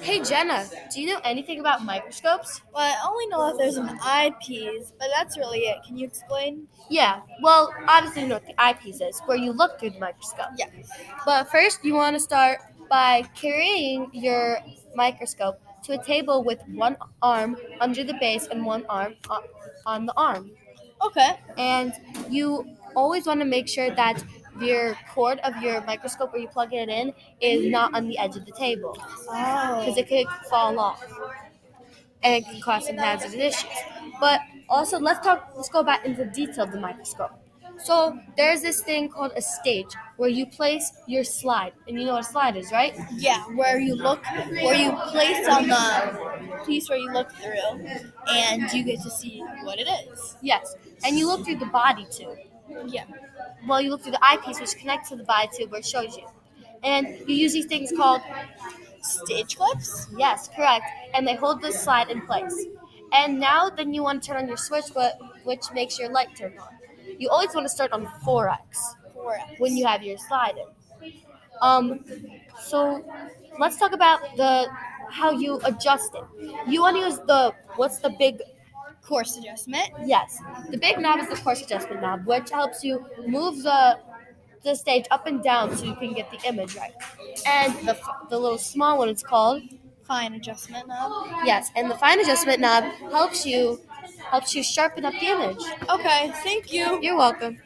Hey Jenna, do you know anything about microscopes? Well, I only know if there's an eye piece, but that's really it. Can you explain? Yeah, well, obviously you know what the eyepiece is, where you look through the microscope. Yeah. But first, you want to start by carrying your microscope to a table with one arm under the base and one arm o- on the arm. Okay. And you always want to make sure that your cord of your microscope where you plug it in is not on the edge of the table Oh. because it could fall off and it can cause some hazardous issues. But also, let's talk. Let's go back into detail of the microscope. So there's this thing called a stage where you place your slide, and you know what a slide is, right? Yeah, where you look, where you place on the piece where you look through, and you get to see what it is. Yes. And you look through the body too. Yeah. Well, you look through the eyepiece, which connects to the body tube, where it shows you. And you use these things called Stage clips? Yes, correct. And they hold this slide in place. And now then you want to turn on your switch, wh- which makes your light turn on. You always want to start on 4x For when you have your slide in. Um, so let's talk about the how you adjust it. You want to use the what's the big course adjustment. yes the big knob is the course adjustment knob, which helps you move the the stage up and down so you can get the image right. And the f- the little small one is called Fine adjustment knob. Yes, and the fine adjustment knob helps you helps you sharpen up the image. Okay, thank you. You're welcome.